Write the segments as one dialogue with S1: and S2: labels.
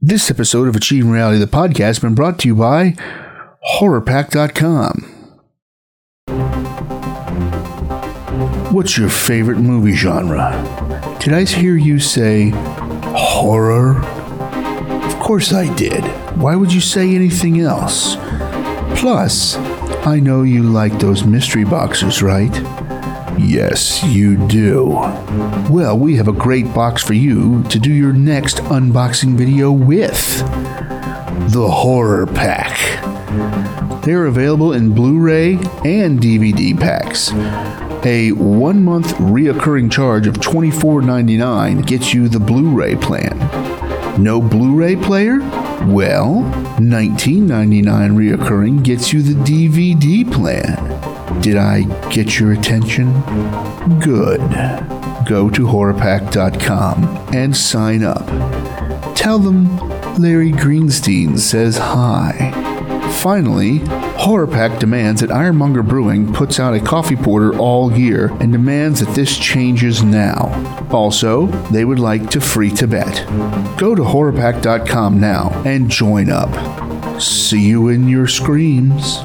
S1: This episode of Achieving Reality, the podcast, has been brought to you by HorrorPack.com. What's your favorite movie genre? Did I hear you say horror? Of course I did. Why would you say anything else? Plus, I know you like those mystery boxes, right? Yes, you do. Well, we have a great box for you to do your next unboxing video with the Horror Pack. They are available in Blu ray and DVD packs. A one month reoccurring charge of $24.99 gets you the Blu ray plan. No Blu-ray player? Well, $19.99 reoccurring gets you the DVD plan. Did I get your attention? Good. Go to horrorpack.com and sign up. Tell them Larry Greenstein says hi. Finally, Horror Pack demands that Ironmonger Brewing puts out a coffee porter all year and demands that this changes now. Also, they would like to free Tibet. Go to horrorpack.com now and join up. See you in your screams.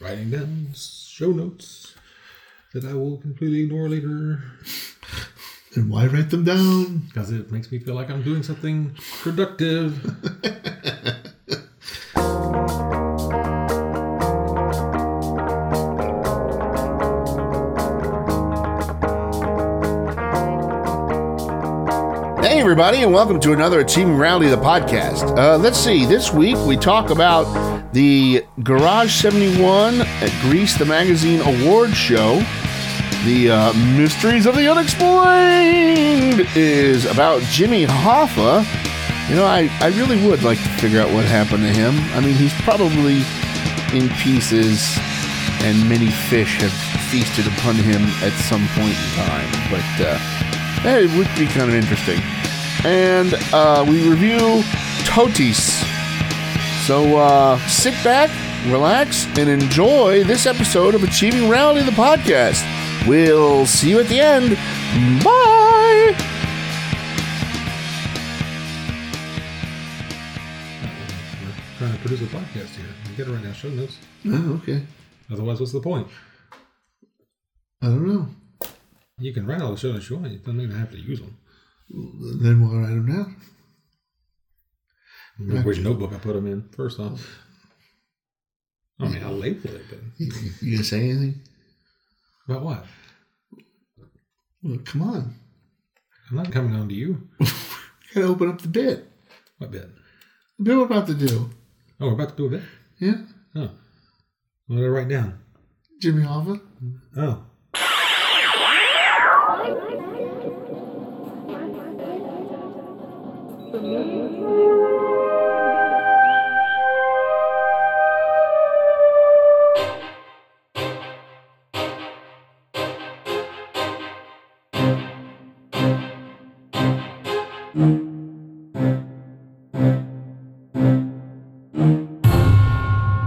S2: writing down show notes that I will completely ignore later
S3: Then why write them down?
S2: because it makes me feel like I'm doing something productive.
S1: Hey, everybody, and welcome to another Achieving Rally, the podcast. Uh, let's see, this week we talk about the Garage 71 at Grease the Magazine Award Show. The uh, Mysteries of the Unexplained is about Jimmy Hoffa. You know, I, I really would like to figure out what happened to him. I mean, he's probably in pieces, and many fish have feasted upon him at some point in time. But uh, eh, it would be kind of interesting. And uh, we review Totis. So uh, sit back, relax, and enjoy this episode of Achieving Reality, the podcast. We'll see you at the end. Bye.
S2: We're trying to produce a podcast here. You gotta write down show notes.
S3: Oh, okay.
S2: Otherwise, what's the point?
S3: I don't know.
S2: You can write all the show notes you want, you don't even have to use them.
S3: Then we'll write them down.
S2: Remember which notebook I put them in, first off. I mean, I labeled it, but.
S3: You, you- you gonna say anything?
S2: About what?
S3: Well, come on.
S2: I'm not coming on to you.
S3: You gotta open up the bit.
S2: What bit?
S3: The bit we're about to do.
S2: Oh, we're about to do a bit?
S3: Yeah?
S2: Oh. What did I write down?
S3: Jimmy Hoffa?
S2: Oh.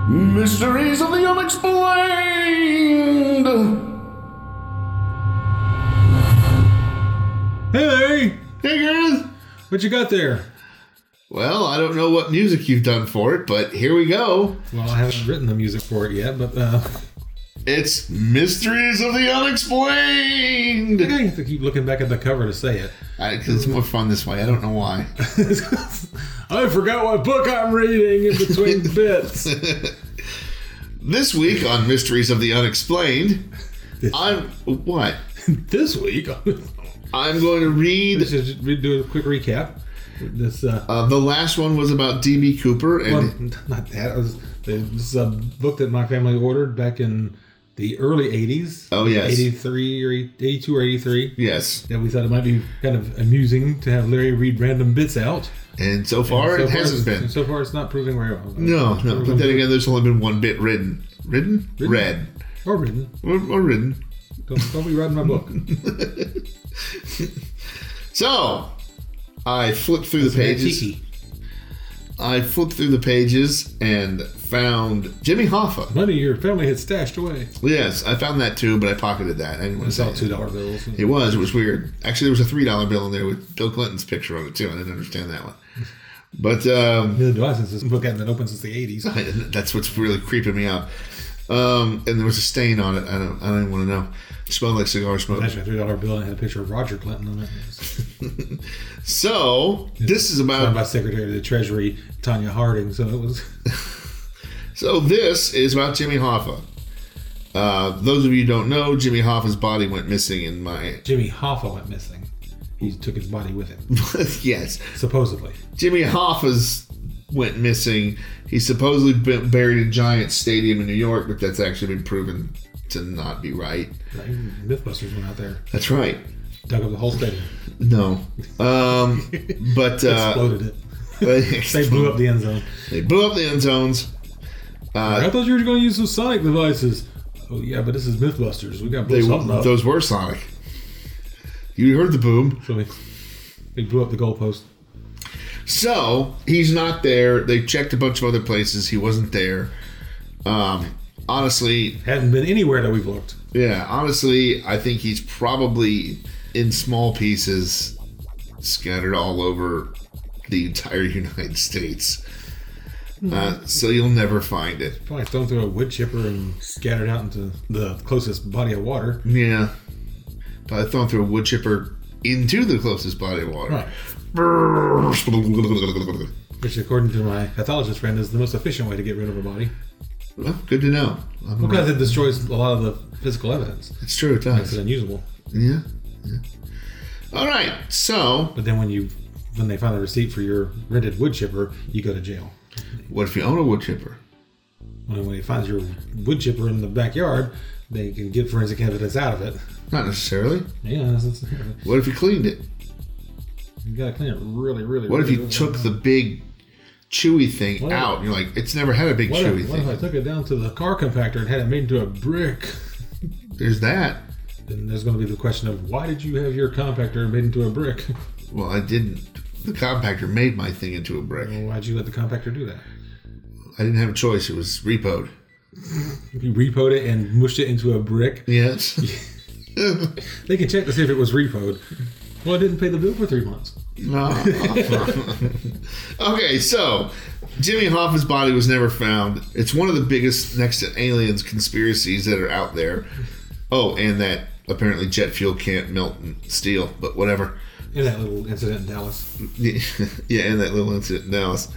S1: Mysteries of the Unexplained.
S2: Hey, Larry!
S3: Hey, guys!
S2: What you got there?
S3: Well, I don't know what music you've done for it, but here we go.
S2: Well, I haven't written the music for it yet, but uh,
S3: It's Mysteries of the
S2: I
S3: Unexplained!
S2: think I have to keep looking back at the cover to say it.
S3: Because it's more fun this way. I don't know why.
S2: I forgot what book I'm reading in between bits.
S3: This week on Mysteries of the Unexplained,
S2: This-
S3: I'm. What?
S2: this week,
S3: I'm going to read.
S2: just re- do a quick recap. This uh,
S3: Uh, the last one was about DB Cooper, and
S2: one, not that. It was, this is a book that my family ordered back in the early '80s.
S3: Oh, yes.
S2: '83 or 82 or '83.
S3: yes,
S2: That we thought it might be kind of amusing to have Larry read random bits out.
S3: and so far
S2: So
S3: it
S2: far,
S3: hasn't
S2: it's-
S3: been.
S2: So far, it's not proving very well.
S3: No, no. But then again, there's only been one bit written, written, read,
S2: Or written.
S3: or, or written.
S2: Don't, don't be writing my book.
S3: So I flipped through the pages.
S2: Cheeky.
S1: I flipped through the pages and found Jimmy Hoffa.
S2: Money your family had stashed away.
S1: Yes, I found that too, but I pocketed that. I didn't want
S2: I
S1: to say
S2: saw
S1: it.
S2: two dollar bills.
S1: It was. It was weird. Actually, there was a three dollar bill in there with Bill Clinton's picture on it too. I didn't understand that one. But um,
S2: Neither do I since this book hasn't been open since the eighties.
S1: I- that's what's really creeping me out. Um, and there was a stain on it. I don't. I don't even want to know. It smelled like cigar smoke.
S2: Actually, a three dollar bill and it had a picture of Roger Clinton on it. It was
S1: So this is
S2: Signed
S1: about.
S2: by Secretary of the Treasury Tanya Harding. So it was.
S1: So this is about Jimmy Hoffa. Uh, those of you who don't know, Jimmy Hoffa's body went missing in my.
S2: Jimmy Hoffa went missing. He took his body with him,
S1: yes,
S2: supposedly.
S1: Jimmy Hoffa's went missing. He's supposedly been buried in Giants Stadium in New York, but that's actually been proven to not be right.
S2: Right? Mythbusters went out there,
S1: That's right.
S2: dug up the whole stadium,
S1: No. Um, but uh,
S2: exploded it. They
S1: they
S2: blew up the end zone.
S1: They blew up the end zones.
S2: I thought you were going to use some sonic devices. Oh yeah, but this is MythBusters. We got to blow
S1: They
S2: something up.
S1: those were Sonic. You heard the boom.
S2: so we, we blew up the goalpost.
S1: So he's not there. They checked a bunch of other places. He wasn't there. Um, honestly,
S2: Hadn't been anywhere that we've looked.
S1: Yeah, honestly, I think he's probably in small pieces scattered all over the entire United States. Uh, so you'll never find it.
S2: Probably thrown through a wood chipper and scattered out into the closest body of water.
S1: Yeah. Probably thrown through a wood chipper into the closest body of water.
S2: Right. Which, according to my pathologist friend, is the most efficient way to get rid of a body
S1: Well, good to know. I'm
S2: because it destroys a lot of the physical evidence.
S1: It's true, it
S2: It's
S1: does.
S2: unusable.
S1: Yeah. yeah. All right. So,
S2: But then when you when they find the receipt for your rented wood chipper, you go to jail.
S1: what if you own a wood chipper?
S2: When when they find your wood chipper in the backyard, they can get forensic evidence out of it.
S1: Not necessarily.
S2: Yeah, that's, that's,
S1: What if you cleaned it?
S2: you gotta clean it really, really.
S1: What if
S2: really
S1: you
S2: well.
S1: took the big chewy thing
S2: What if-
S1: out? You're like, it's never had a big
S2: What
S1: chewy
S2: if, what if I
S1: thing.
S2: took it down to the car compactor and had it made into a brick?
S1: There's that.
S2: Then there's going to be the question of why did you have your compactor made into a brick?
S1: Well, I didn't. The compactor made my thing into a brick.
S2: And Why'd you let the compactor do that?
S1: I didn't have a choice. It was repoed.
S2: You repoed it and mushed it into a brick.
S1: Yes.
S2: They can check to see if it was repoed. Well, I didn't pay the bill for three months.
S1: okay, so Jimmy Hoffa's body was never found. It's one of the biggest next to aliens conspiracies that are out there. Oh, and that apparently jet fuel can't melt and steel, but whatever.
S2: In that little incident in Dallas,
S1: yeah, and that little incident in Dallas.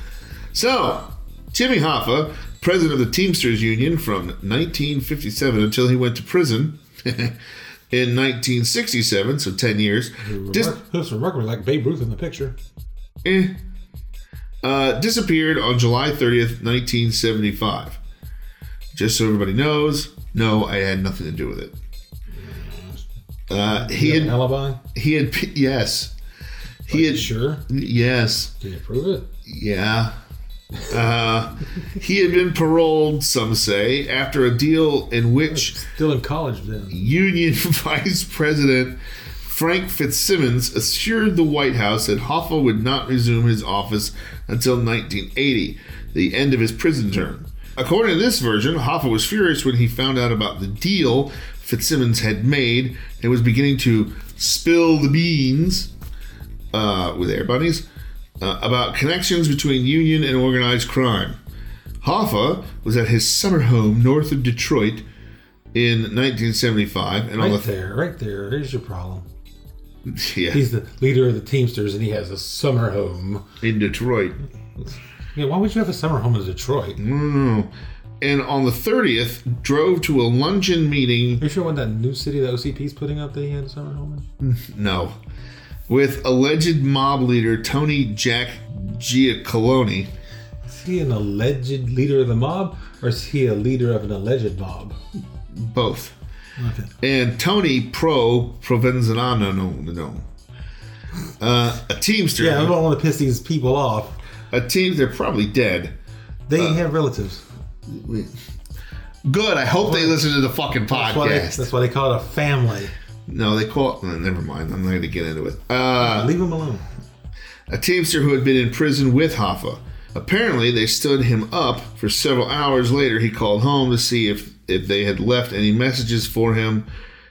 S1: So, Jimmy Hoffa, president of the Teamsters Union from 1957 until he went to prison in 1967, so 10 years, dis-
S2: Remark- that's remarkably like Babe Ruth in the picture.
S1: eh, uh, disappeared on July 30th, 1975. Just so everybody knows, no, I had nothing to do with it. Uh, he
S2: An
S1: had,
S2: alibi.
S1: he had, p- yes, he had,
S2: Sure.
S1: yes.
S2: Can you prove it?
S1: Yeah. Uh, he had been paroled, some say, after a deal in which
S2: Still in college then.
S1: Union Vice President Frank Fitzsimmons assured the White House that Hoffa would not resume his office until 1980, the end of his prison term. According to this version, Hoffa was furious when he found out about the deal Fitzsimmons had made and was beginning to spill the beans uh, with air bunnies uh, about connections between union and organized crime. Hoffa was at his summer home north of Detroit in 1975, and on
S2: Right
S1: the
S2: there, right there. Here's your problem.
S1: yeah
S2: He's the leader of the Teamsters and he has a summer home.
S1: in Detroit.
S2: Yeah, why would you have a summer home in Detroit? Are
S1: Mm. And on the 30th, drove to a luncheon meeting.
S2: you sure it wasn't that new city that OCP's putting up that he had a summer home in?
S1: No, with alleged mob leader Tony Jack Giacolone.
S2: Is he an alleged leader of the mob or is he a leader of an alleged mob?
S1: Both.
S2: Okay.
S1: and Tony Pro Provenzano, no, no, no. Uh, a Teamster.
S2: Yeah, I don't want to piss these people off.
S1: A team. They're probably dead.
S2: They have relatives.
S1: Good. I hope they listen to the fucking
S2: That's why, they,
S1: podcast.
S2: that's why they call it a family.
S1: no, they call it. no, Never mind. I'm not going to get into it. Uh,
S2: Leave them alone.
S1: a Teamster who had been in prison with Hoffa. Apparently, they stood him up for several hours later. He called home to see if, if they had left any messages for him.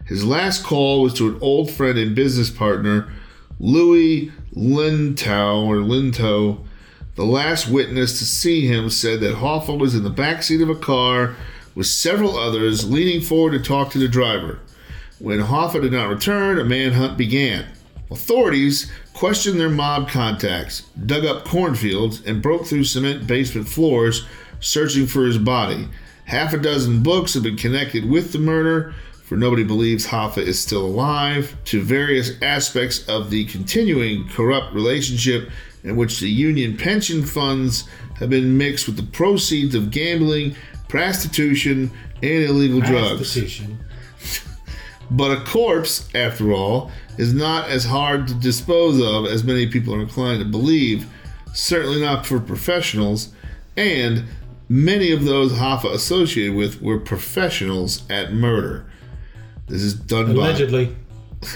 S1: His last call was to an old friend and business partner, Louis Lintow or Linto. The last witness to see him said that Hoffa was in the backseat of a car with several others leaning forward to talk to the driver. When Hoffa did not return, a manhunt began. Authorities questioned their mob contacts, dug up cornfields, and broke through cement basement floors searching for his body. Half a dozen books have been connected with the murder, for nobody believes Hoffa is still alive, to various aspects of the continuing corrupt relationship in which the union pension funds have been mixed with the proceeds of gambling, prostitution, and illegal drugs.
S2: Prostitution.
S1: But a corpse, after all, is not as hard to dispose of as many people are inclined to believe, certainly not for professionals, and many of those Hoffa associated with were professionals at murder. This is done
S2: Allegedly.
S1: by.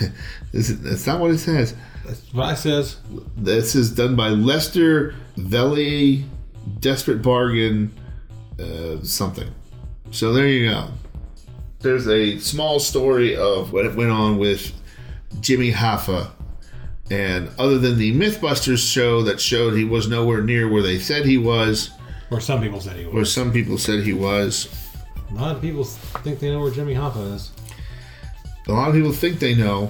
S1: This is, that's not what it says.
S2: That's what I says.
S1: This is done by Lester Velli, Desperate Bargain, uh, something. So there you go. There's a small story of what went on with Jimmy Hoffa. And other than the Mythbusters show that showed he was nowhere near where they said he was,
S2: Or some people said he
S1: or
S2: was.
S1: some people said he was,
S2: A lot of people think they know where Jimmy Hoffa is.
S1: A lot of people think they know,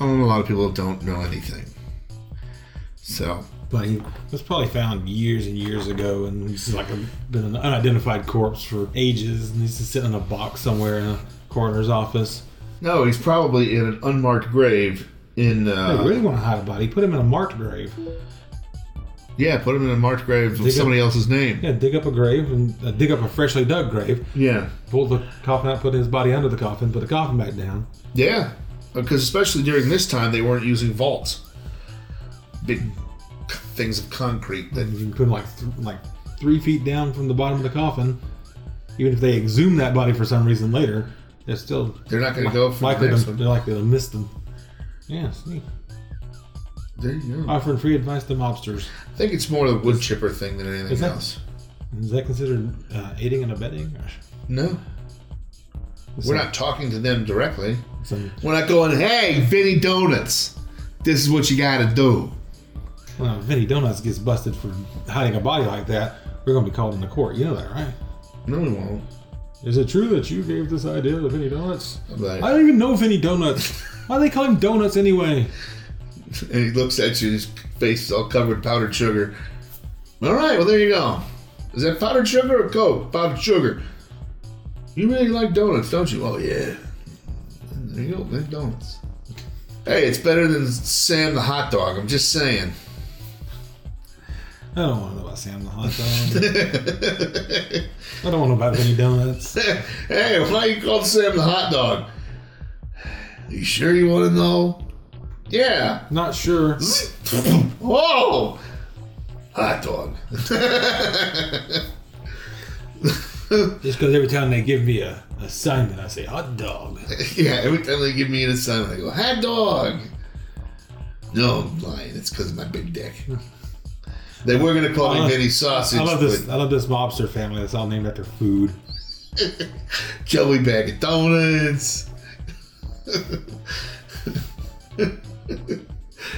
S1: and a lot of people don't know anything. So,
S2: But he was probably found years and years ago, and he's like a, been an unidentified corpse for ages, and he's just sitting in a box somewhere in a coroner's office.
S1: no, he's probably in an unmarked grave in.
S2: They
S1: Uh,
S2: really want to hide a body. Put him in a marked grave.
S1: Yeah, put him in a marked grave with
S2: Dig
S1: somebody else's name.
S2: Yeah, dig up a grave and uh, dig up a freshly dug grave.
S1: Yeah.
S2: Pull the coffin out, put his body under the coffin, put the coffin back down.
S1: Yeah. Because especially during this time, they weren't using vaults. Big c- things of concrete that
S2: You can put him like th- like three feet down from the bottom of the coffin. Even if they exhume that body for some reason later, they're still
S1: they're not going to go for the
S2: likely
S1: next
S2: to,
S1: one.
S2: they're likely to miss them. Yeah, sneak.
S1: There you go.
S2: Offering free advice to mobsters.
S1: I think it's more the wood chipper thing than anything
S2: Is that-
S1: else.
S2: Is that considered uh, aiding and abetting? Or
S1: No. We're not talking to them directly.
S2: some,
S1: We're not going, hey, Vinny Donuts, this is what you gotta do.
S2: well, if Vinny Donuts gets busted for hiding a body like that, we're going to be called into court. You know that, right?
S1: No, we won't.
S2: Is it true that you gave this idea to Vinny Donuts?
S1: I'm like-
S2: I don't even know Vinny Donuts. Why do they call him Donuts anyway?
S1: and he looks at you, his face is all covered in powdered sugar. All right, well, there you go. Is that powdered sugar or Coke? Powdered sugar. You really like donuts, don't you? Oh, yeah. There you go, like donuts. Hey, it's better than Sam the hot dog, I'm just saying.
S2: I don't want to know about Sam the Hot Dog. I don't want to know about Vinny Donuts.
S1: hey, why you called Sam the hot dog? You sure you want to know? Yeah.
S2: Not sure.
S1: Whoa! Hot dog.
S2: Just because every time they give me a assignment, I say hot dog.
S1: yeah, every time they give me an assignment, I go, hot dog! No, I'm lying. It's because of my big dick. They were going to call
S2: I
S1: me
S2: love-
S1: Vinny Sausage,
S2: Uh, I love this.
S1: but
S2: I love this mobster family. That's all named after food.
S1: Joey Bag of Donuts.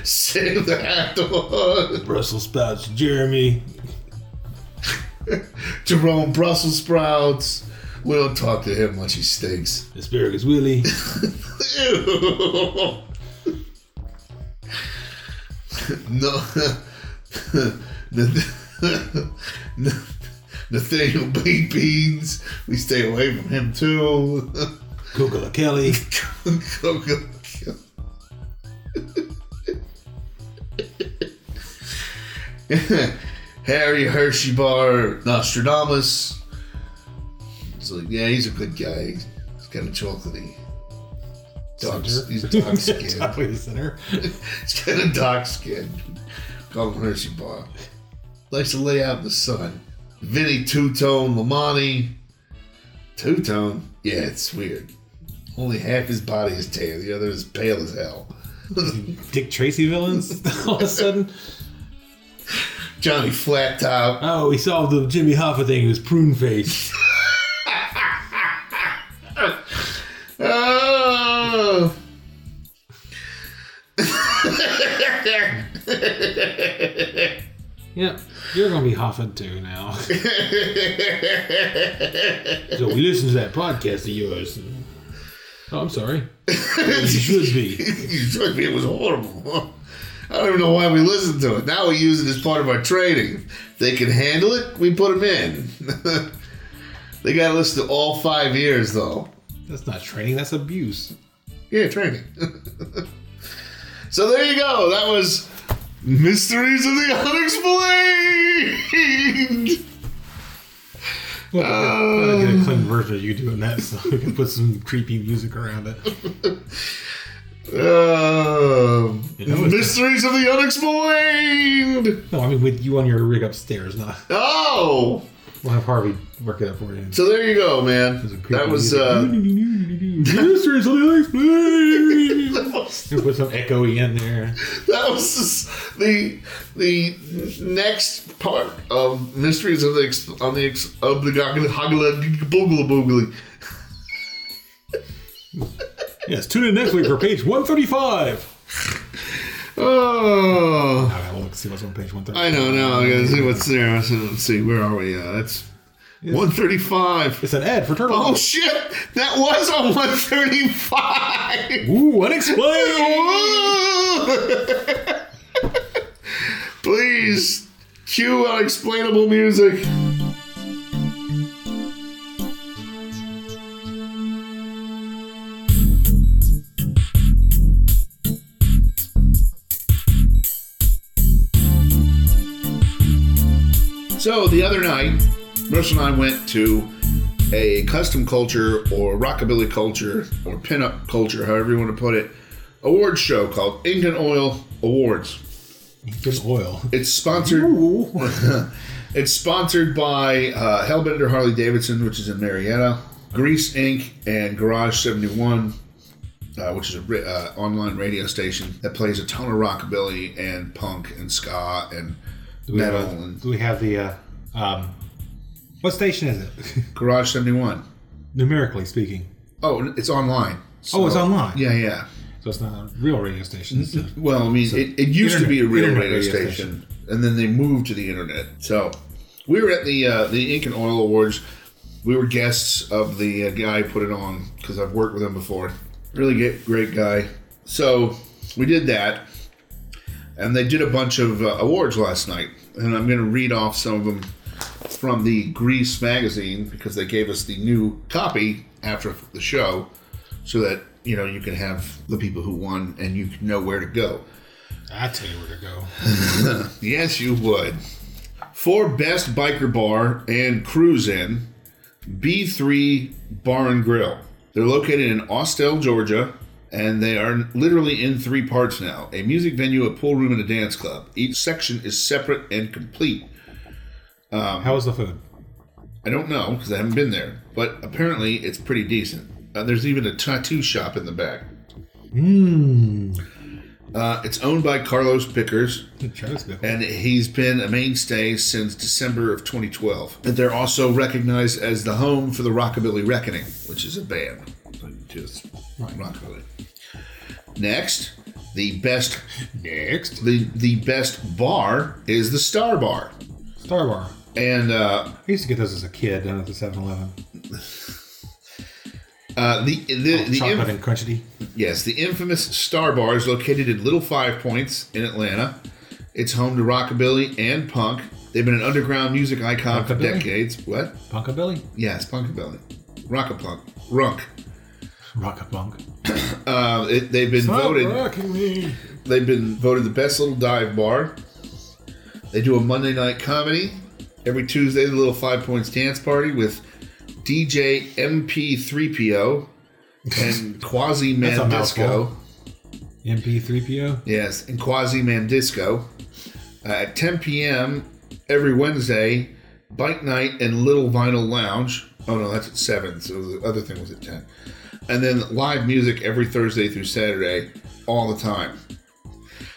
S1: Save the hot dog.
S2: Brussels sprouts, Jeremy.
S1: Jerome Brussels sprouts. We don't talk to him much. He stinks.
S2: Asparagus Willie.
S1: Ew. no. Nathaniel Baked Beans. We stay away from him too.
S2: Coca Kelly.
S1: Coco- Harry Hershey Bar Nostradamus. It's like, yeah, he's a good guy. He's kind of chocolatey. Dark, he's dark skinned.
S2: Chocolate Center.
S1: He's got a dark skin. Call him Hershey Bar. Likes to lay out in the sun. Vinny Two Tone Lamani. Two Tone? Yeah, it's weird. Only half his body is tan, the other is pale as hell.
S2: Dick Tracy villains. all of a sudden.
S1: Johnny Flat Top.
S2: Oh, he solved the Jimmy Hoffa thing. He was prune face.
S1: Oh.
S2: yeah, you're gonna be Hoffa too now. so we listened to that podcast of yours. and- oh, I'm sorry. you should be.
S1: You told me it was horrible. I don't even know why we listened to it. Now we use it as part of our training. If they can handle it, we put them in. they got to listen to all five years, though.
S2: That's not training. That's abuse.
S1: Yeah, training. so there you go. That was Mysteries of the Unexplained.
S2: Well, I get a clean version of you doing that, so we can put some creepy music around it.
S1: Um,
S2: Yeah, that was-
S1: Mysteries of the Unexplained.
S2: No, I mean with you on your rig upstairs. Not
S1: Oh,
S2: we'll have Harvey work it up for you.
S1: so there you go, man. That was uh,
S2: Mysteries of the Unexplained.
S1: that was
S2: You uh, put some echoey in there.
S1: uh, That was just the the next part of Mysteries of the Ex- on the Ex- of the Goggle Hoggle Boogle Boogly.
S2: Yes, tune in next week for page 135.
S1: Oh,
S2: I gotta look see what's on page 135.
S1: I know now. I gotta see what's there. Let's see where are we? Uh, that's one thirty five.
S2: It's an ad for Turtle.
S1: Oh shit! That was on one thirty five.
S2: Ooh, unexplained.
S1: Please cue unexplainable music. So the other night, Russell and I went to a custom culture or rockabilly culture or pinup culture, however you want to put it, award show called Ink and Oil Awards.
S2: Good oil.
S1: It's sponsored.
S2: Ooh.
S1: It's sponsored by uh, Hellbender Harley Davidson, which is in Marietta, Grease Inc., and Garage Seventy One, uh, which is a ri- uh, online radio station that plays a ton of rockabilly and punk and ska and
S2: Do we, have,
S1: metal
S2: a-
S1: and
S2: do we have the, uh, um, what station is it?
S1: Garage Seventy One.
S2: Numerically speaking.
S1: Oh, and it's online.
S2: Oh, it's
S1: So-
S2: online.
S1: Yeah, yeah.
S2: So it's not a real radio station. It's a-
S1: Well, I mean, it, it used to be a
S2: internet-
S1: real
S2: internet
S1: radio,
S2: radio
S1: station, and then they moved to the internet. So we were at the uh, the Ink and Oil Awards. We were guests of the uh, guy who put it on because I've worked with him before. Really get, great guy. So we did that, and they did a bunch of uh, awards last night, and I'm going to read off some of them from the Grease magazine because they gave us the new copy after the show, so that you know you can have the people who won and you can know where to go.
S2: I tell you where to go.
S1: Yes, you would. For best biker bar and cruise in, B3 Bar and Grill. They're located in Austell, Georgia, and they are literally in three parts now a music venue, a pool room, and a dance club. Each section is separate and complete.
S2: Um, How was the food?
S1: I don't know because I haven't been there, but apparently it's pretty decent. Uh, there's even a tattoo shop in the back. Uh, it's owned by Carlos Pickers,
S2: Charlotte's good.
S1: and he's been a mainstay since December of 2012. And they're also recognized as the home for the Rockabilly Reckoning, which is a band. Just rockabilly. Next, the best
S2: Next.
S1: the the best bar is the Star Bar,
S2: Star Bar.
S1: and uh,
S2: I used to get those as a kid down at the 7 Eleven.
S1: uh, the the, the inf-
S2: Chocolate and crunchy.
S1: yes the infamous Star Bar is located in Little Five Points in Atlanta. It's home to rockabilly and punk. They've been an underground music icon for
S2: Rockabilly?
S1: decades. What?
S2: Punkabilly?
S1: Yeah, it's punkabilly, rockapunk, runk.
S2: Rockapunk.
S1: Uh, it, they've been voted.
S2: rocking me.
S1: They've been voted the best little dive bar. They do a Monday night comedy every Tuesday. The little five points dance party with DJ MP3PO and Quasi
S2: That's a
S1: Man
S2: mouthful.
S1: Disco.
S2: MP3PO?
S1: Yes, and Quasi Man Disco uh, at 10 p.m. every Wednesday. Bike night and Little Vinyl Lounge. Oh no, that's at seven. So the other thing was at ten. And then live music every Thursday through Saturday, all the time.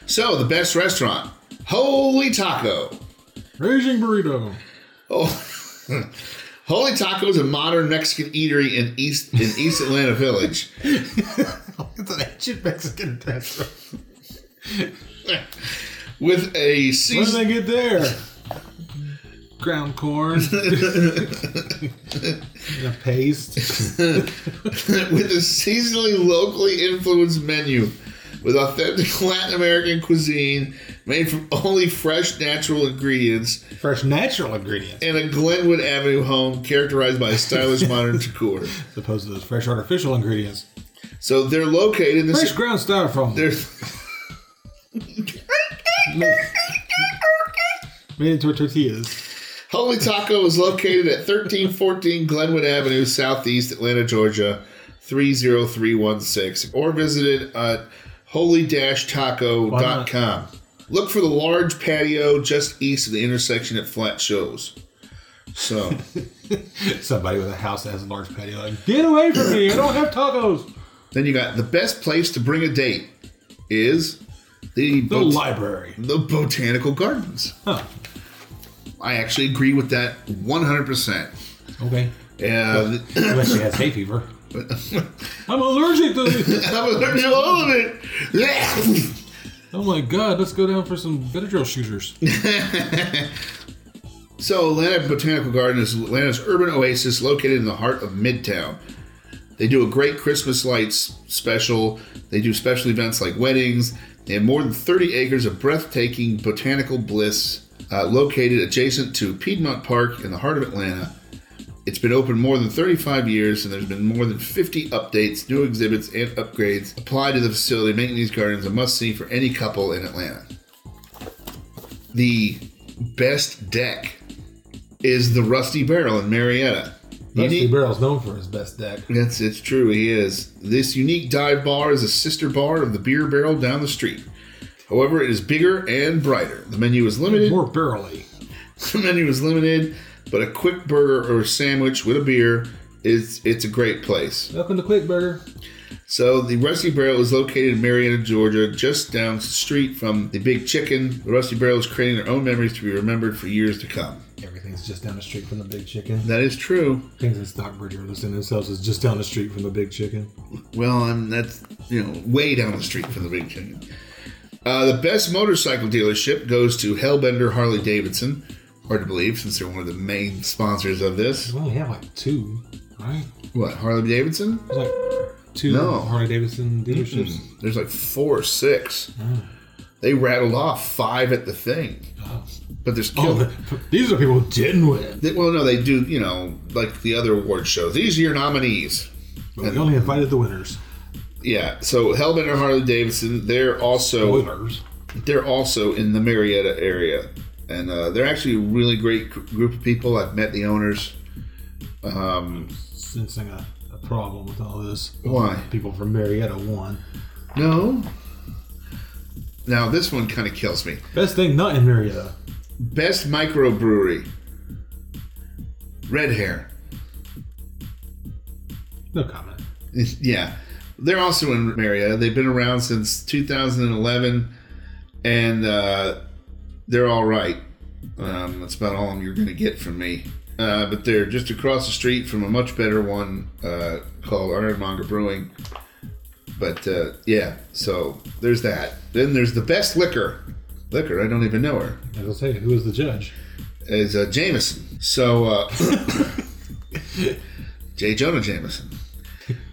S1: So the best restaurant, Holy Taco.
S2: Raging burrito.
S1: Oh. Holy Taco is a modern Mexican eatery in East in East Atlanta Village.
S2: It's an ancient Mexican restaurant.
S1: with a
S2: What did
S1: season
S2: they get there? Ground corn. and a paste.
S1: with a seasonally locally influenced menu with authentic Latin American cuisine made from only fresh natural ingredients
S2: Fresh natural ingredients.
S1: and a Glenwood Avenue home characterized by a stylish modern decor.
S2: As opposed to those fresh artificial ingredients.
S1: So they're located in the
S2: Fresh
S1: ci-
S2: ground styrofoam.
S1: they're,
S2: Made into tortillas.
S1: Holy Taco is located at 1314 Glenwood Avenue, Southeast Atlanta, Georgia 30316 or visited at
S2: Why
S1: holy-taco.com. Look for the large patio just east of the intersection at Flat Shows. So,
S2: Somebody with a house that has a large patio. Like, get away from me! I don't have tacos.
S1: then you got the best place to bring a date is the
S2: The
S1: bot-
S2: library.
S1: the botanical gardens.
S2: Huh.
S1: I actually agree with that 100%.
S2: Okay.
S1: And
S2: Unless she has hay fever. I'm allergic to these.
S1: I'm allergic to all of it.
S2: Oh my god, let's go down for some Benadryl shooters.
S1: So, Atlanta Botanical Garden is Atlanta's urban oasis located in the heart of Midtown. They do a great Christmas lights special. They do special events like weddings. They have more than 30 acres of breathtaking botanical bliss uh, located adjacent to Piedmont Park in the heart of Atlanta. It's been open more than 35 years, and there's been more than 50 updates, new exhibits, and upgrades applied to the facility, making these gardens a must see for any couple in Atlanta. The best deck is the Rusty Barrel in Marietta. You
S2: Rusty
S1: need-
S2: Barrel's known for his best deck.
S1: that's it's true. He is. This unique dive bar is a sister bar of the beer barrel down the street. However, it is bigger and brighter. The menu is limited.
S2: More barrelly.
S1: The menu is limited, but a quick burger or sandwich with a beer is it's a great place.
S2: Welcome to Quick Burger.
S1: So the Rusty Barrel is located in Marietta, Georgia, just down the street from the Big Chicken. The Rusty Barrel is creating their own memories to be remembered for years to come.
S2: Everything's just down the street from the Big Chicken.
S1: That is true.
S2: Things in Stockbridge are listing themselves as just down the street from the Big Chicken.
S1: Well, I'm that's you know way down the street from the big chicken. Uh, the best motorcycle dealership goes to Hellbender Harley Davidson. Hard to believe since they're one of the main sponsors of this.
S2: We only have like two, right?
S1: What Harley Davidson?
S2: There's like two
S1: No.
S2: Harley Davidson dealerships.
S1: There's like four or six. They rattled off five at the thing, but there's
S2: Oh,
S1: kill-
S2: the- these are people who didn't win.
S1: they- well, no, they do. You know, like the other award shows. These are your nominees.
S2: But we only invited the winners.
S1: Yeah. So Hellbender Harley Davidson. They're also
S2: Winners.
S1: they're also in the Marietta area, and uh, they're actually a really great gr- group of people. I've met the owners.
S2: Sensing a, a problem with all this.
S1: Why?
S2: People from Marietta won.
S1: No. Now this one kind of kills me.
S2: Best thing not in Marietta.
S1: Best microbrewery. Red Hair.
S2: No comment.
S1: yeah, they're also in Marietta. They've been around since 2011, and uh, they're all right. Um, that's about all you're going to get from me. Uh, but they're just across the street from a much better one uh, called Ironmonger Brewing. But uh, yeah, so there's that. Then there's the best liquor. Liquor, I don't even know her.
S2: As I say, who was the judge?
S1: Is uh, Jameson. So uh, J. Jonah Jameson.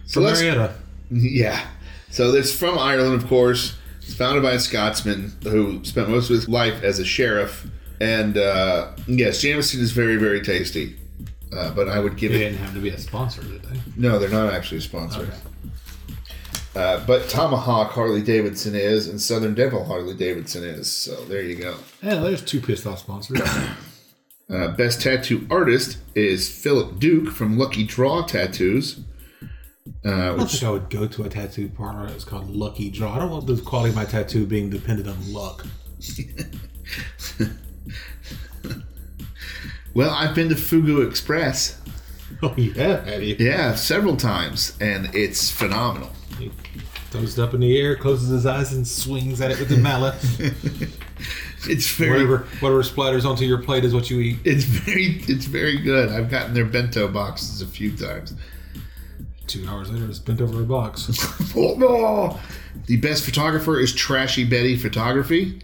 S1: So
S2: From
S1: let's-
S2: Marietta.
S1: yeah. So it's from Ireland, of course. It's founded by a Scotsman who spent most of his life as a sheriff. And uh, yes, Jameson is very, very tasty. Uh, but I would give
S2: They
S1: it.
S2: didn't have to be a sponsor, did they?
S1: No, they're not actually a sponsor. Uh, but Tomahawk Harley Davidson is, and Southern Devil Harley Davidson is. So there you go.
S2: Yeah, there's two pissed off sponsors.
S1: Uh, best tattoo artist is Philip Duke from Lucky Draw Tattoos. Uh,
S2: I
S1: which
S2: don't think I would go to a tattoo parlor that's called Lucky Draw. I don't want the quality of my tattoo being dependent on luck.
S1: Well, I've been to Fugu Express.
S2: Oh, yeah, have you?
S1: Yeah, several times, and it's phenomenal.
S2: He throws it up in the air, closes his eyes, and swings at it with the mallet.
S1: It's very,
S2: whatever, whatever splatters onto your plate is what you eat.
S1: it's very, it's very good. I've gotten their bento boxes a few times.
S2: Two hours later, it's bent over a box.
S1: Oh, no. The best photographer is Trashy Betty Photography.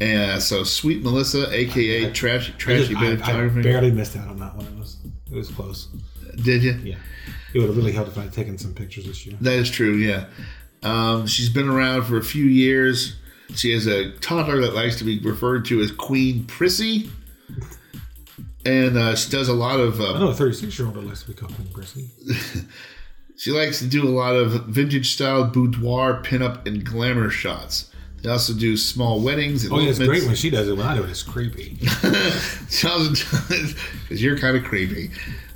S1: Uh, so Sweet Melissa, aka Trash,
S2: I,
S1: Trashy Betty
S2: just- I- I
S1: Photography.
S2: barely missed out on that one. It was it was close.
S1: Did you?
S2: Yeah, it would have really helped if I had taken some pictures this year.
S1: That is true. Yeah, um, she's been around for a few years. She is a toddler that likes to be referred to as Queen Prissy, and uh, she does a lot of.
S2: I
S1: Uh,
S2: know a 36 year old that likes to be called Queen Prissy.
S1: she likes to do a lot of vintage style boudoir, pinup, and glamour shots. They also do small weddings. And
S2: Oh, yeah, it's great
S1: elopements.
S2: when she does it. When I do it, it's creepy.
S1: She also does because you're kind of creepy.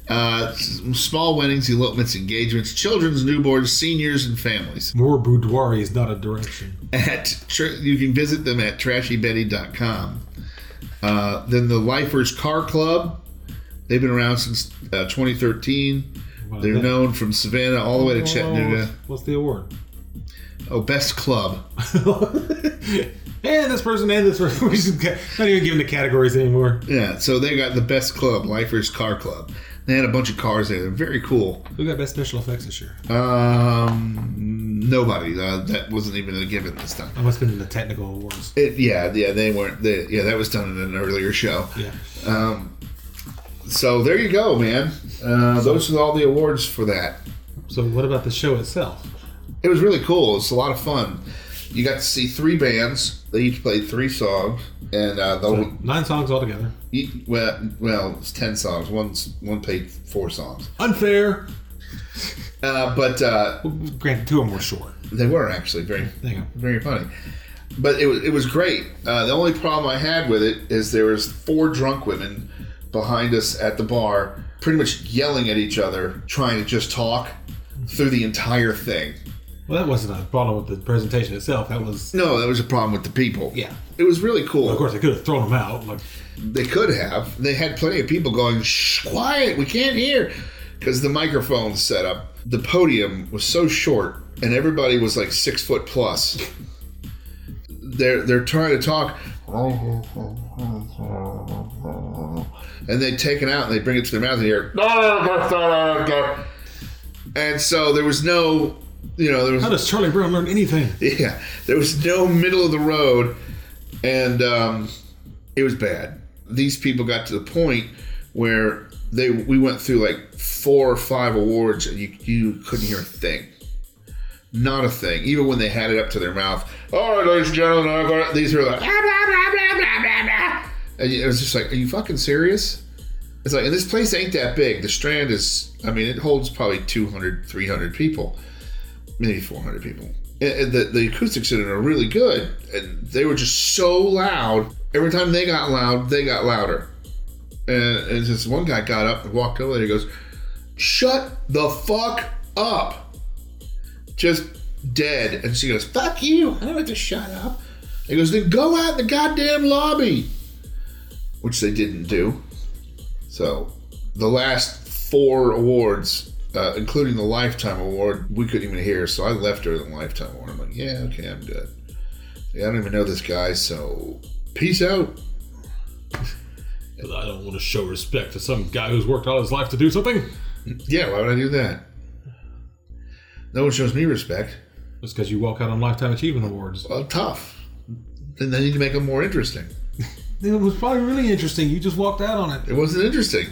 S1: Uh, s- small weddings, elopements, engagements, children's, newborns, seniors, and families.
S2: More boudoir is not a direction.
S1: at tr- you can visit them at trashybetty.com. Uh, then the Lifers Car Club, they've been around since uh, 2013.
S2: Well,
S1: They're
S2: that-
S1: known from Savannah all the way to
S2: Oh,
S1: Chattanooga.
S2: What's the award?
S1: Oh, best club.
S2: and this person and this person. We're just ca- not even giving the categories anymore.
S1: Yeah, so they got the best club, Lifers Car Club. They had a bunch of cars there. They're very cool.
S2: Who got best special effects this year?
S1: Um, nobody. Uh, that wasn't even a given this time.
S2: I must have been in the technical awards.
S1: It, yeah, yeah, they weren't. They, yeah, that was done in an earlier show.
S2: Yeah.
S1: So there you go, man. Uh, those are all the awards for that.
S2: So what about the show itself?
S1: It was really cool. It's a lot of fun. You got to see three bands. They each played three songs, and uh, the whole-
S2: Nine songs altogether.
S1: e- well, well, it's ten songs. One's one played four songs,
S2: Unfair.
S1: uh, but uh,
S2: Granted, two of them were short.
S1: they were actually very,
S2: Hang on.
S1: very funny. But it was it was great. Uh, the only problem I had with it is there was four drunk women behind us at the bar, pretty much yelling at each other, trying to just talk through the entire thing.
S2: Well, that wasn't a problem with the presentation itself. That was,
S1: No, that was a problem with the people.
S2: Yeah.
S1: it was really cool.
S2: of course, they could have thrown them out. Like,
S1: They could have. They had plenty of people going, shh, quiet, we can't hear. Because the microphone setup, the podium was so short, and everybody was like six foot plus. They're they're trying to talk, and they take it out and they bring it to their mouth and "Ah, you hear, ah, and so there was no, you know, there was
S2: how does Charlie Brown learn anything?
S1: yeah, there was no middle of the road, and um, it was bad. These people got to the point where they we went through like four or five awards, and you you couldn't hear a thing, not a thing. Even when they had it up to their mouth, all right, ladies and gentlemen, I've got-" these were like, "Ah, blah, blah, blah, blah, blah, blah." and it was just like, are you fucking serious? It's like, and this place ain't that big. The Strand is, I mean, it holds probably 200, 300 people maybe 400 people. And, and the, the acoustics in it are really good. And they were just so loud. Every time they got loud, they got louder. And, and this one guy got up and walked over there and he goes, Shut the fuck up. Just dead. And she goes, Fuck you. I don't have to shut up. He goes, Then go out in the goddamn lobby. Which they didn't do. So the last four awards, uh, including the Lifetime Award, we couldn't even hear. So I left during the Lifetime Award. I'm like, yeah, okay, I'm good. Yeah, I don't even know this guy, so peace out.
S2: I don't want to show respect to some guy who's worked all his life to do something.
S1: Yeah, why would I do that? No one shows me respect.
S2: It's because you walk out on Lifetime Achievement Awards.
S1: Well, tough. Then they need to make them more interesting.
S2: It was probably really interesting. You just walked out on it.
S1: It wasn't interesting.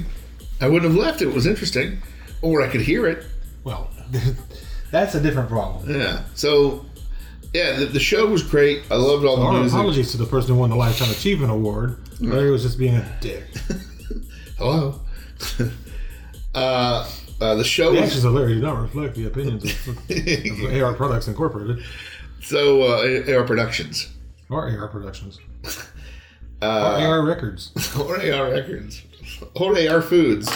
S1: I wouldn't have left if it was interesting, or I could hear it.
S2: Well, that's a different problem.
S1: Yeah. So, yeah, the, the show was great. I loved all the
S2: Our
S1: music.
S2: apologies to the person who won the Lifetime Achievement Award. Larry was just being a dick.
S1: Hello. uh, uh, the show
S2: The
S1: was
S2: actions of Larry do not reflect the opinions of, of AR Products Incorporated
S1: so uh, AR Productions
S2: or AR Productions or AR Records
S1: or AR Records or AR Foods.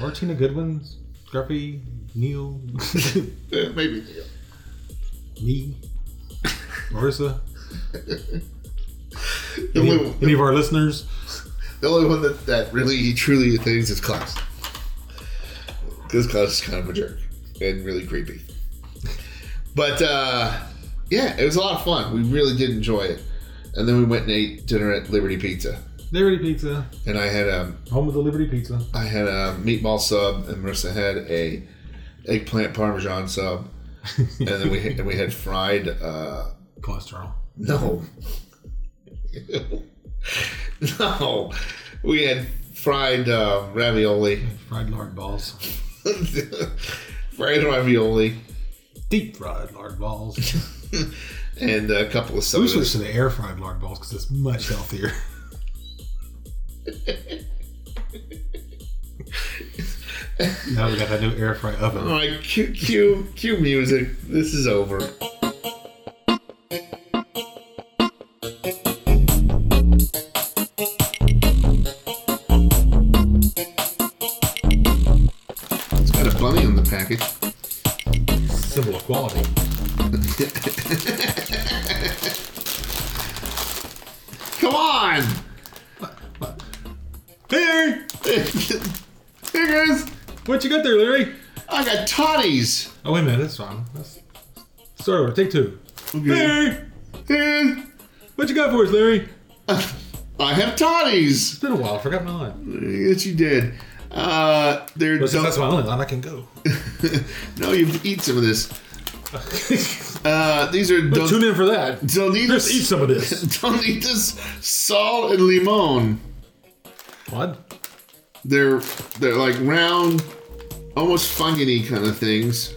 S2: or Tina Goodwin's Scruffy Neil
S1: Eh, Maybe
S2: me Marissa
S1: the only,
S2: any of our listeners.
S1: the only one that, that really truly thinks is class. because Cuz is kind of a jerk and really creepy. But uh, yeah, it was a lot of fun. We really did enjoy it. And then we went and ate dinner at Liberty Pizza,
S2: Liberty Pizza,
S1: and I had um,
S2: home of the Liberty Pizza.
S1: I had a meatball sub, and Marissa had a eggplant parmesan sub, and then we and we had fried uh,
S2: Cholesterol.
S1: no, no, we had fried uh, ravioli,
S2: Fried lard balls.
S1: fried ravioli,
S2: Deep fried lard balls.
S1: and a couple of
S2: we switched
S1: sodas.
S2: to the air fried lard balls because it's much healthier. now we got that new air fry oven.
S1: All right, cue cue cue music. This is over. It's got a bunny on the package.
S2: Symbol of quality.
S1: Come on!
S2: Hey,
S1: Here goes!
S2: what you got there, Larry?
S1: I got toddies!
S2: Oh, wait a minute. That's fine. That's... Start over. Take two. Larry,
S1: Here.
S2: what you got for us, Larry?
S1: I have toddies!
S2: It's been a while. I forgot my line.
S1: Yes, you did. Uh, they're
S2: But since
S1: dun-
S2: that's my only line, I can go.
S1: no, you have to eat some of this. Uh, these are
S2: But tune
S1: Don-
S2: in for that.
S1: Donitas
S2: Just eat some of this.
S1: Donitas sal and limon.
S2: What?
S1: They're they're like round, almost funginy kind of things.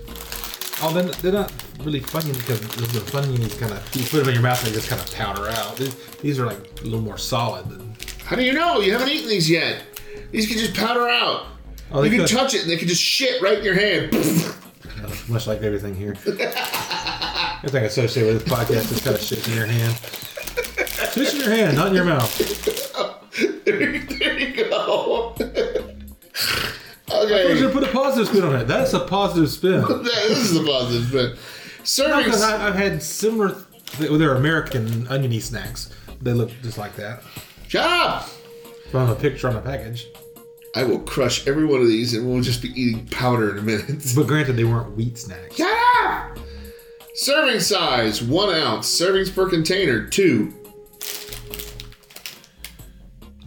S2: Oh, they're, they're not really funyun because the funyun is kind of you put them in your mouth and they just kind of powder out. These, these are like a little more solid than.
S1: How do you know? You haven't eaten these yet. These can just powder out.
S2: Oh,
S1: you
S2: they
S1: can
S2: could-
S1: touch it and they can just shit right in your hand.
S2: uh, much like everything here. everything associated with this podcast is kind of shit in your hand. Shit in your hand, not in your mouth.
S1: there, there you go.
S2: You should
S1: okay.
S2: put a positive spin on it. That's a positive spin.
S1: Yeah, this is a positive, but servings.
S2: Because I, I've had similar. They're American oniony snacks. They look just like that.
S1: Shut up!
S2: From a picture on the package.
S1: I will crush every one of these and we'll just be eating powder in a minute.
S2: But granted, they weren't wheat snacks.
S1: Shut up! Serving size, one ounce. Servings per container, two.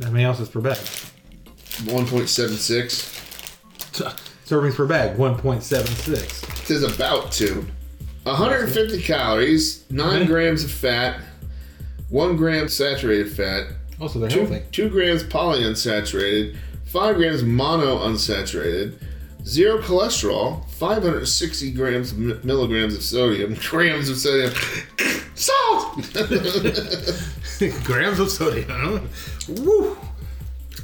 S2: How many ounces per bag?
S1: 1.76.
S2: T- servings per bag, 1.76.
S1: It says about two. 150 calories, 9
S2: Mhm.
S1: grams of fat, 1 gram saturated fat,
S2: Also, they're
S1: 2,
S2: healthy.
S1: 2 grams polyunsaturated, 5 grams monounsaturated, 0 cholesterol, 560 grams mi- milligrams of sodium, grams of sodium, salt!
S2: Grams of sodium. Woo!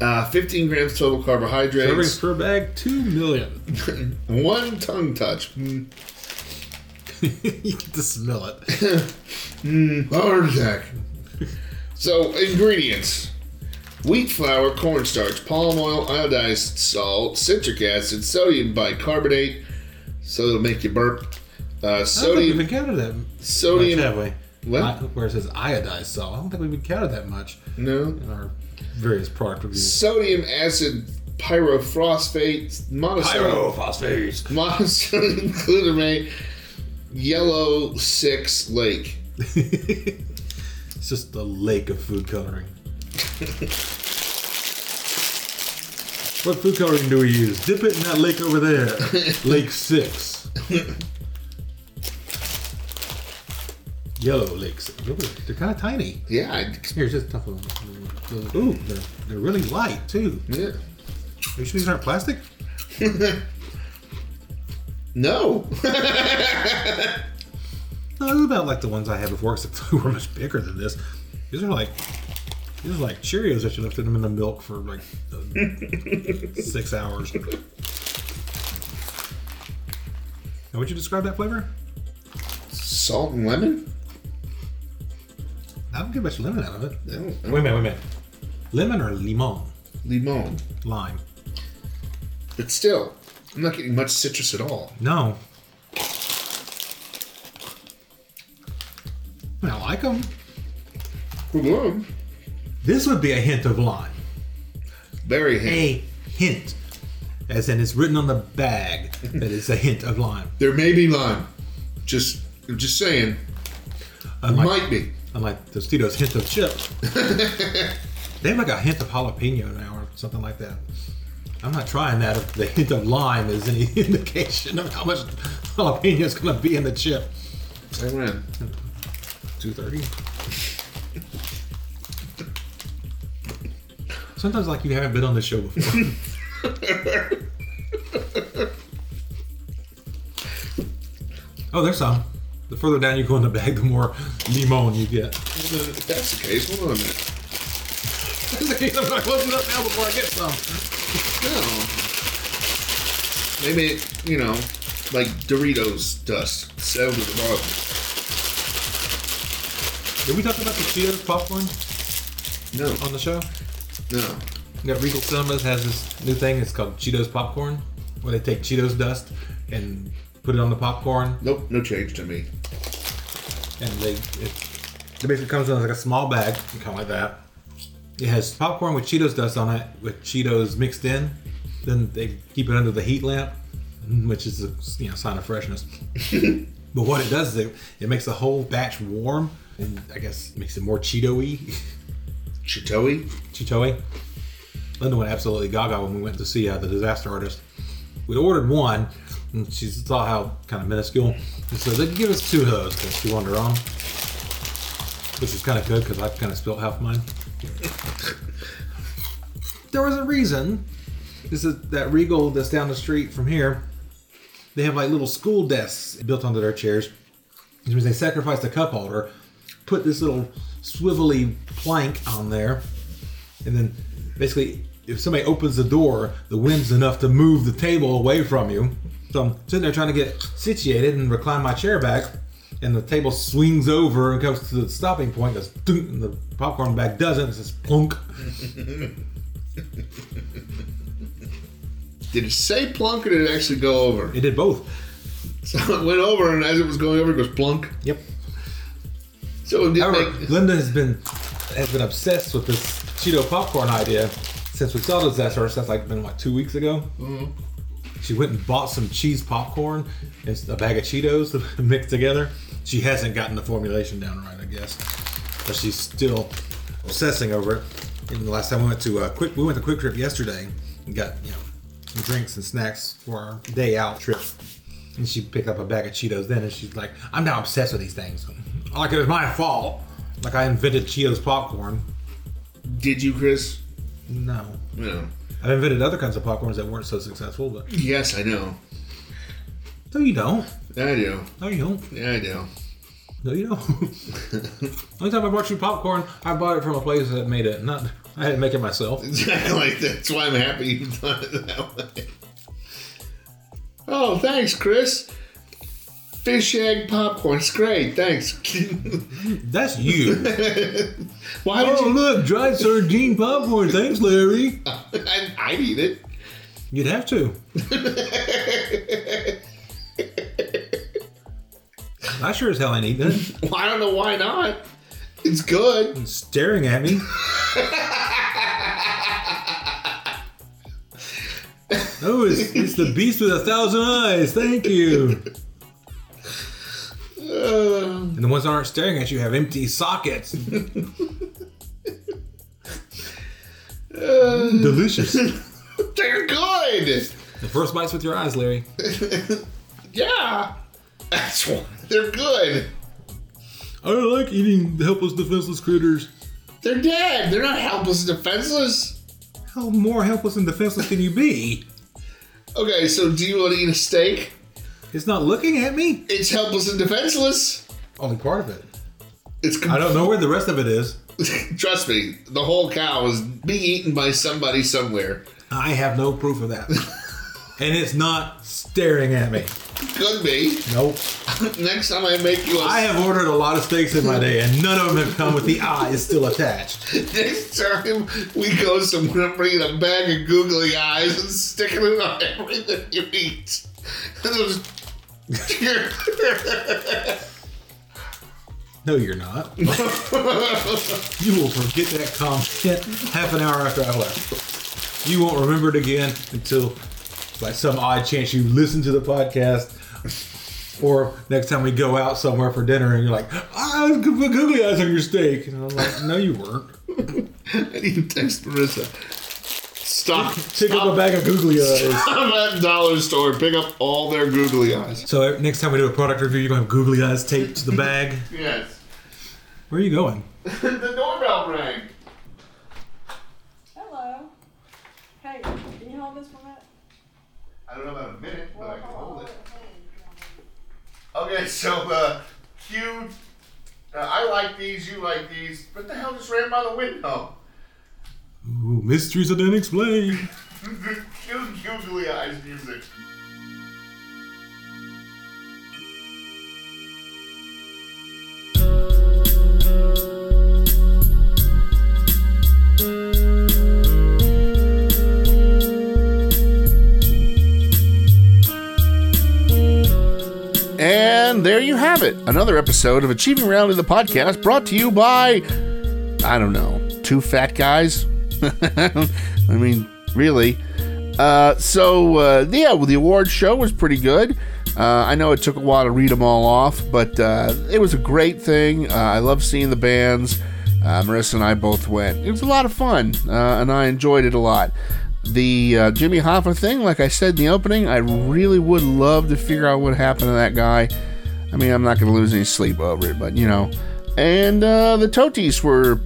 S1: Uh, 15 grams total
S2: Servings
S1: carbohydrates.
S2: per bag, 2 million.
S1: One tongue touch. Mm,
S2: you get to smell it.
S1: Heart attack. so, ingredients wheat flour, cornstarch, palm oil, iodized salt, citric acid, sodium bicarbonate. So, it'll make you burp. Uh,
S2: I
S1: sodium.
S2: don't think we've encountered that much,
S1: Sodium.
S2: have we?
S1: What?
S2: I- where it says iodized salt. I don't think we've encountered that much
S1: No.
S2: in our various product reviews.
S1: Sodium acid pyrophosphate, monosodium.
S2: Pyrophosphate.
S1: Monosodium glutamate, yellow 6 lake.
S2: it's just a lake of food coloring. what food coloring do we use? Dip it in that lake over there. lake six. Yellow lakes. They're kind of tiny.
S1: Yeah, I-
S2: Here's just a couple of them. Ooh, they're, they're really light too.
S1: yeah.
S2: Are you sure these aren't plastic?
S1: No.
S2: No, this is about like the ones I had before, except they were much bigger than this. These are like these are like Cheerios that you left in them in the milk for like the- six hours. Now, would you describe that flavor?
S1: Salt and lemon?
S2: I don't get much lemon out of it.
S1: No.
S2: Wait a minute, wait a minute. Lemon or limon?
S1: Limon.
S2: Lime.
S1: But still, I'm not getting much citrus at all.
S2: No. I mean, I like them.
S1: Hello.
S2: This would be a hint of lime.
S1: Berry hint.
S2: a hint. as in it's written on the bag that it's a hint of lime.
S1: There may be lime. Just, I'm just saying.
S2: Unlike,
S1: Might be.
S2: unlike Tostitos' hint of chips. they have like a hint of jalapeno now or something like that. I'm not trying that if the hint of lime is any indication of how much jalapeno is going to be in the chip.
S1: I ran.
S2: 2.30. Sometimes like you haven't been on the show before. oh, there's some. The further down you go in the bag, the more limon you get.
S1: Well, then, if that's the case, hold on a minute.
S2: I'm not closing up now before I get some.
S1: No. Maybe, you know, like Doritos dust settled at the bottom.
S2: Did we talk about the Cheetos popcorn
S1: No,
S2: on the show?
S1: no.
S2: We got Regal Cinemas has this new thing. It's called Cheetos popcorn, where they take Cheetos dust and put it on the popcorn,
S1: Nope, no change to me.
S2: and they it, it basically comes in like a small bag, kind of like that. It has popcorn with Cheetos dust on it, with Cheetos mixed in. Then they keep it under the heat lamp, which is a you know sign of freshness. but what it does is it, it makes the whole batch warm, and I guess makes it more Cheeto-y,
S1: Chitoe?
S2: Cheeto-y. Linda went absolutely gaga when we went to see uh, the disaster artist. We ordered one, and she saw how kind of minuscule, and so they give us two of those because she wanted her own, which is kind of good because I kind of spilled half mine. there was a reason. This is that Regal that's down the street from here. They have like little school desks built onto their chairs. Which means they sacrificed a cup holder, put this little swivelly plank on there, and then basically if somebody opens the door the wind's enough to move the table away from you so i'm sitting there trying to get situated and recline my chair back and the table swings over and comes to the stopping point goes "Dunk," and the popcorn bag doesn't it's just plunk
S1: Did it say plunk or did it actually go over?
S2: it did both
S1: So it went over, and as it was going over, it goes plunk.
S2: yep
S1: So it did
S2: However,
S1: make.
S2: linda has been has been obsessed with this cheeto popcorn idea since we saw the disaster artist that's like been what two weeks ago
S1: Mm-hmm.
S2: She went and bought some cheese popcorn and a bag of Cheetos mixed together. She hasn't gotten the formulation down right, I guess, but she's still obsessing over it. And the last time we went to uh, quick, we went to Quick Trip yesterday and got you know some drinks and snacks for our day out trip. And she picked up a bag of Cheetos then, and she's like, "I'm now obsessed with these things. Like it was my fault. Like I invented Cheetos popcorn.
S1: Did you, Chris?
S2: No,
S1: No.
S2: I've invented other kinds of popcorns that weren't so successful, but
S1: Yes, I know.
S2: no, you don't.
S1: I do.
S2: No, you don't.
S1: Yeah, I do.
S2: No, you don't. Only time I bought you popcorn, I bought it from a place that made it. Not I didn't make it myself.
S1: like that's why I'm happy you've done it that way. Oh, thanks, Chris. Fish egg popcorn. It's great. Thanks.
S2: That's you.
S1: why did you?
S2: Oh, look, dried sardine popcorn. Thanks, Larry.
S1: I, I'd eat it.
S2: You'd have to. I sure as hell ain't eating it.
S1: Well, I don't know why not. It's good.
S2: It's staring at me. Oh, it's, it's the beast with a thousand eyes. Thank you.
S1: Uh,
S2: And the ones that aren't staring at you have empty sockets. Delicious.
S1: uh, they're good.
S2: The first bites with your eyes, Larry.
S1: Yeah. That's why they're good.
S2: I don't like eating the helpless, defenseless critters.
S1: They're dead. They're not helpless and defenseless.
S2: How more helpless and defenseless can you be?
S1: Okay, so do you want to eat a steak?
S2: It's not looking at me.
S1: It's helpless and defenseless.
S2: Only part of it.
S1: It's
S2: I don't know where the rest of it is.
S1: Trust me, the whole cow is being eaten by somebody somewhere.
S2: I have no proof of that. and it's not staring at me.
S1: Could be.
S2: Nope.
S1: Next time I make you a
S2: I have ordered a lot of steaks in my day, and none of them have come with the eyes still attached.
S1: next time we go somewhere, I'm bringing a bag of googly eyes and sticking it on everything you eat.
S2: No, you're not. you will forget that comment half an hour after I left. You won't remember it again until by some odd chance you listen to the podcast. Or next time we go out somewhere for dinner and you're like, "Ah, I was gonna put googly eyes on your steak. And I'm like, no, you weren't.
S1: I need to text Marissa. Stop.
S2: Pick up a
S1: stop.
S2: bag of googly eyes.
S1: I'm at Dollar Store. Pick up all their googly eyes.
S2: So e-, next time we do a product review, you're gonna have googly eyes taped to the bag.
S1: Yes.
S2: Where are you going?
S1: the doorbell rang.
S4: Hello. Hey, can you hold this for a minute?
S1: I don't know about a minute, but I can hold it.
S4: it.
S1: Okay, so uh, Q, uh, I like these. You like these. What the hell just ran by the window?
S2: Ooh, mysteries I didn't explain.
S1: Q googly eyes music. And there you have it. Another episode of Achieving Reality, the podcast brought to you by, I don't know, two fat guys? I mean, really. Uh, so, uh, yeah, well, the award show was pretty good. Uh, I know it took a while to read them all off, but uh, it was a great thing. Uh, I love seeing the bands. Uh, Marissa and I both went. It was a lot of fun, uh, and I enjoyed it a lot. The uh, Jimmy Hoffa thing, like I said in the opening, I really would love to figure out what happened to that guy. I mean, I'm not going to lose any sleep over it, but you know. And uh, the Totis were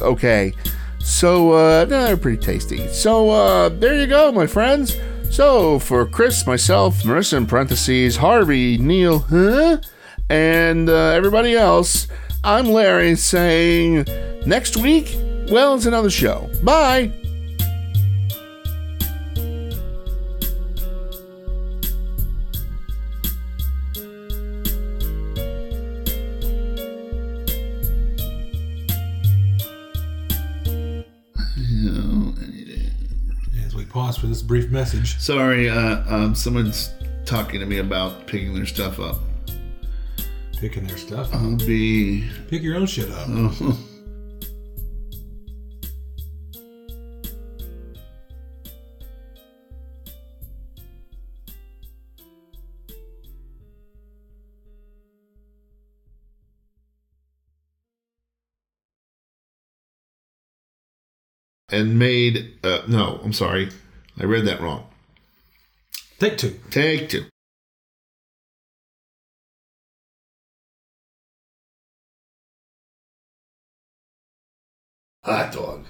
S1: okay. So, uh, they're pretty tasty. So, uh, there you go, my friends. So, for Chris, myself, Marissa in parentheses, Harvey, Neil, huh? And uh, everybody else, I'm Larry saying next week, well, it's another show. Bye.
S2: As we pause for this brief message,
S1: Sorry, uh, um, someone's talking to me about picking their stuff up.
S2: picking their stuff.
S1: I'll be.
S2: Pick your own shit up.
S1: and made. Uh, no, I'm sorry. I read that wrong.
S2: Take two.
S1: Take two. Hot dog.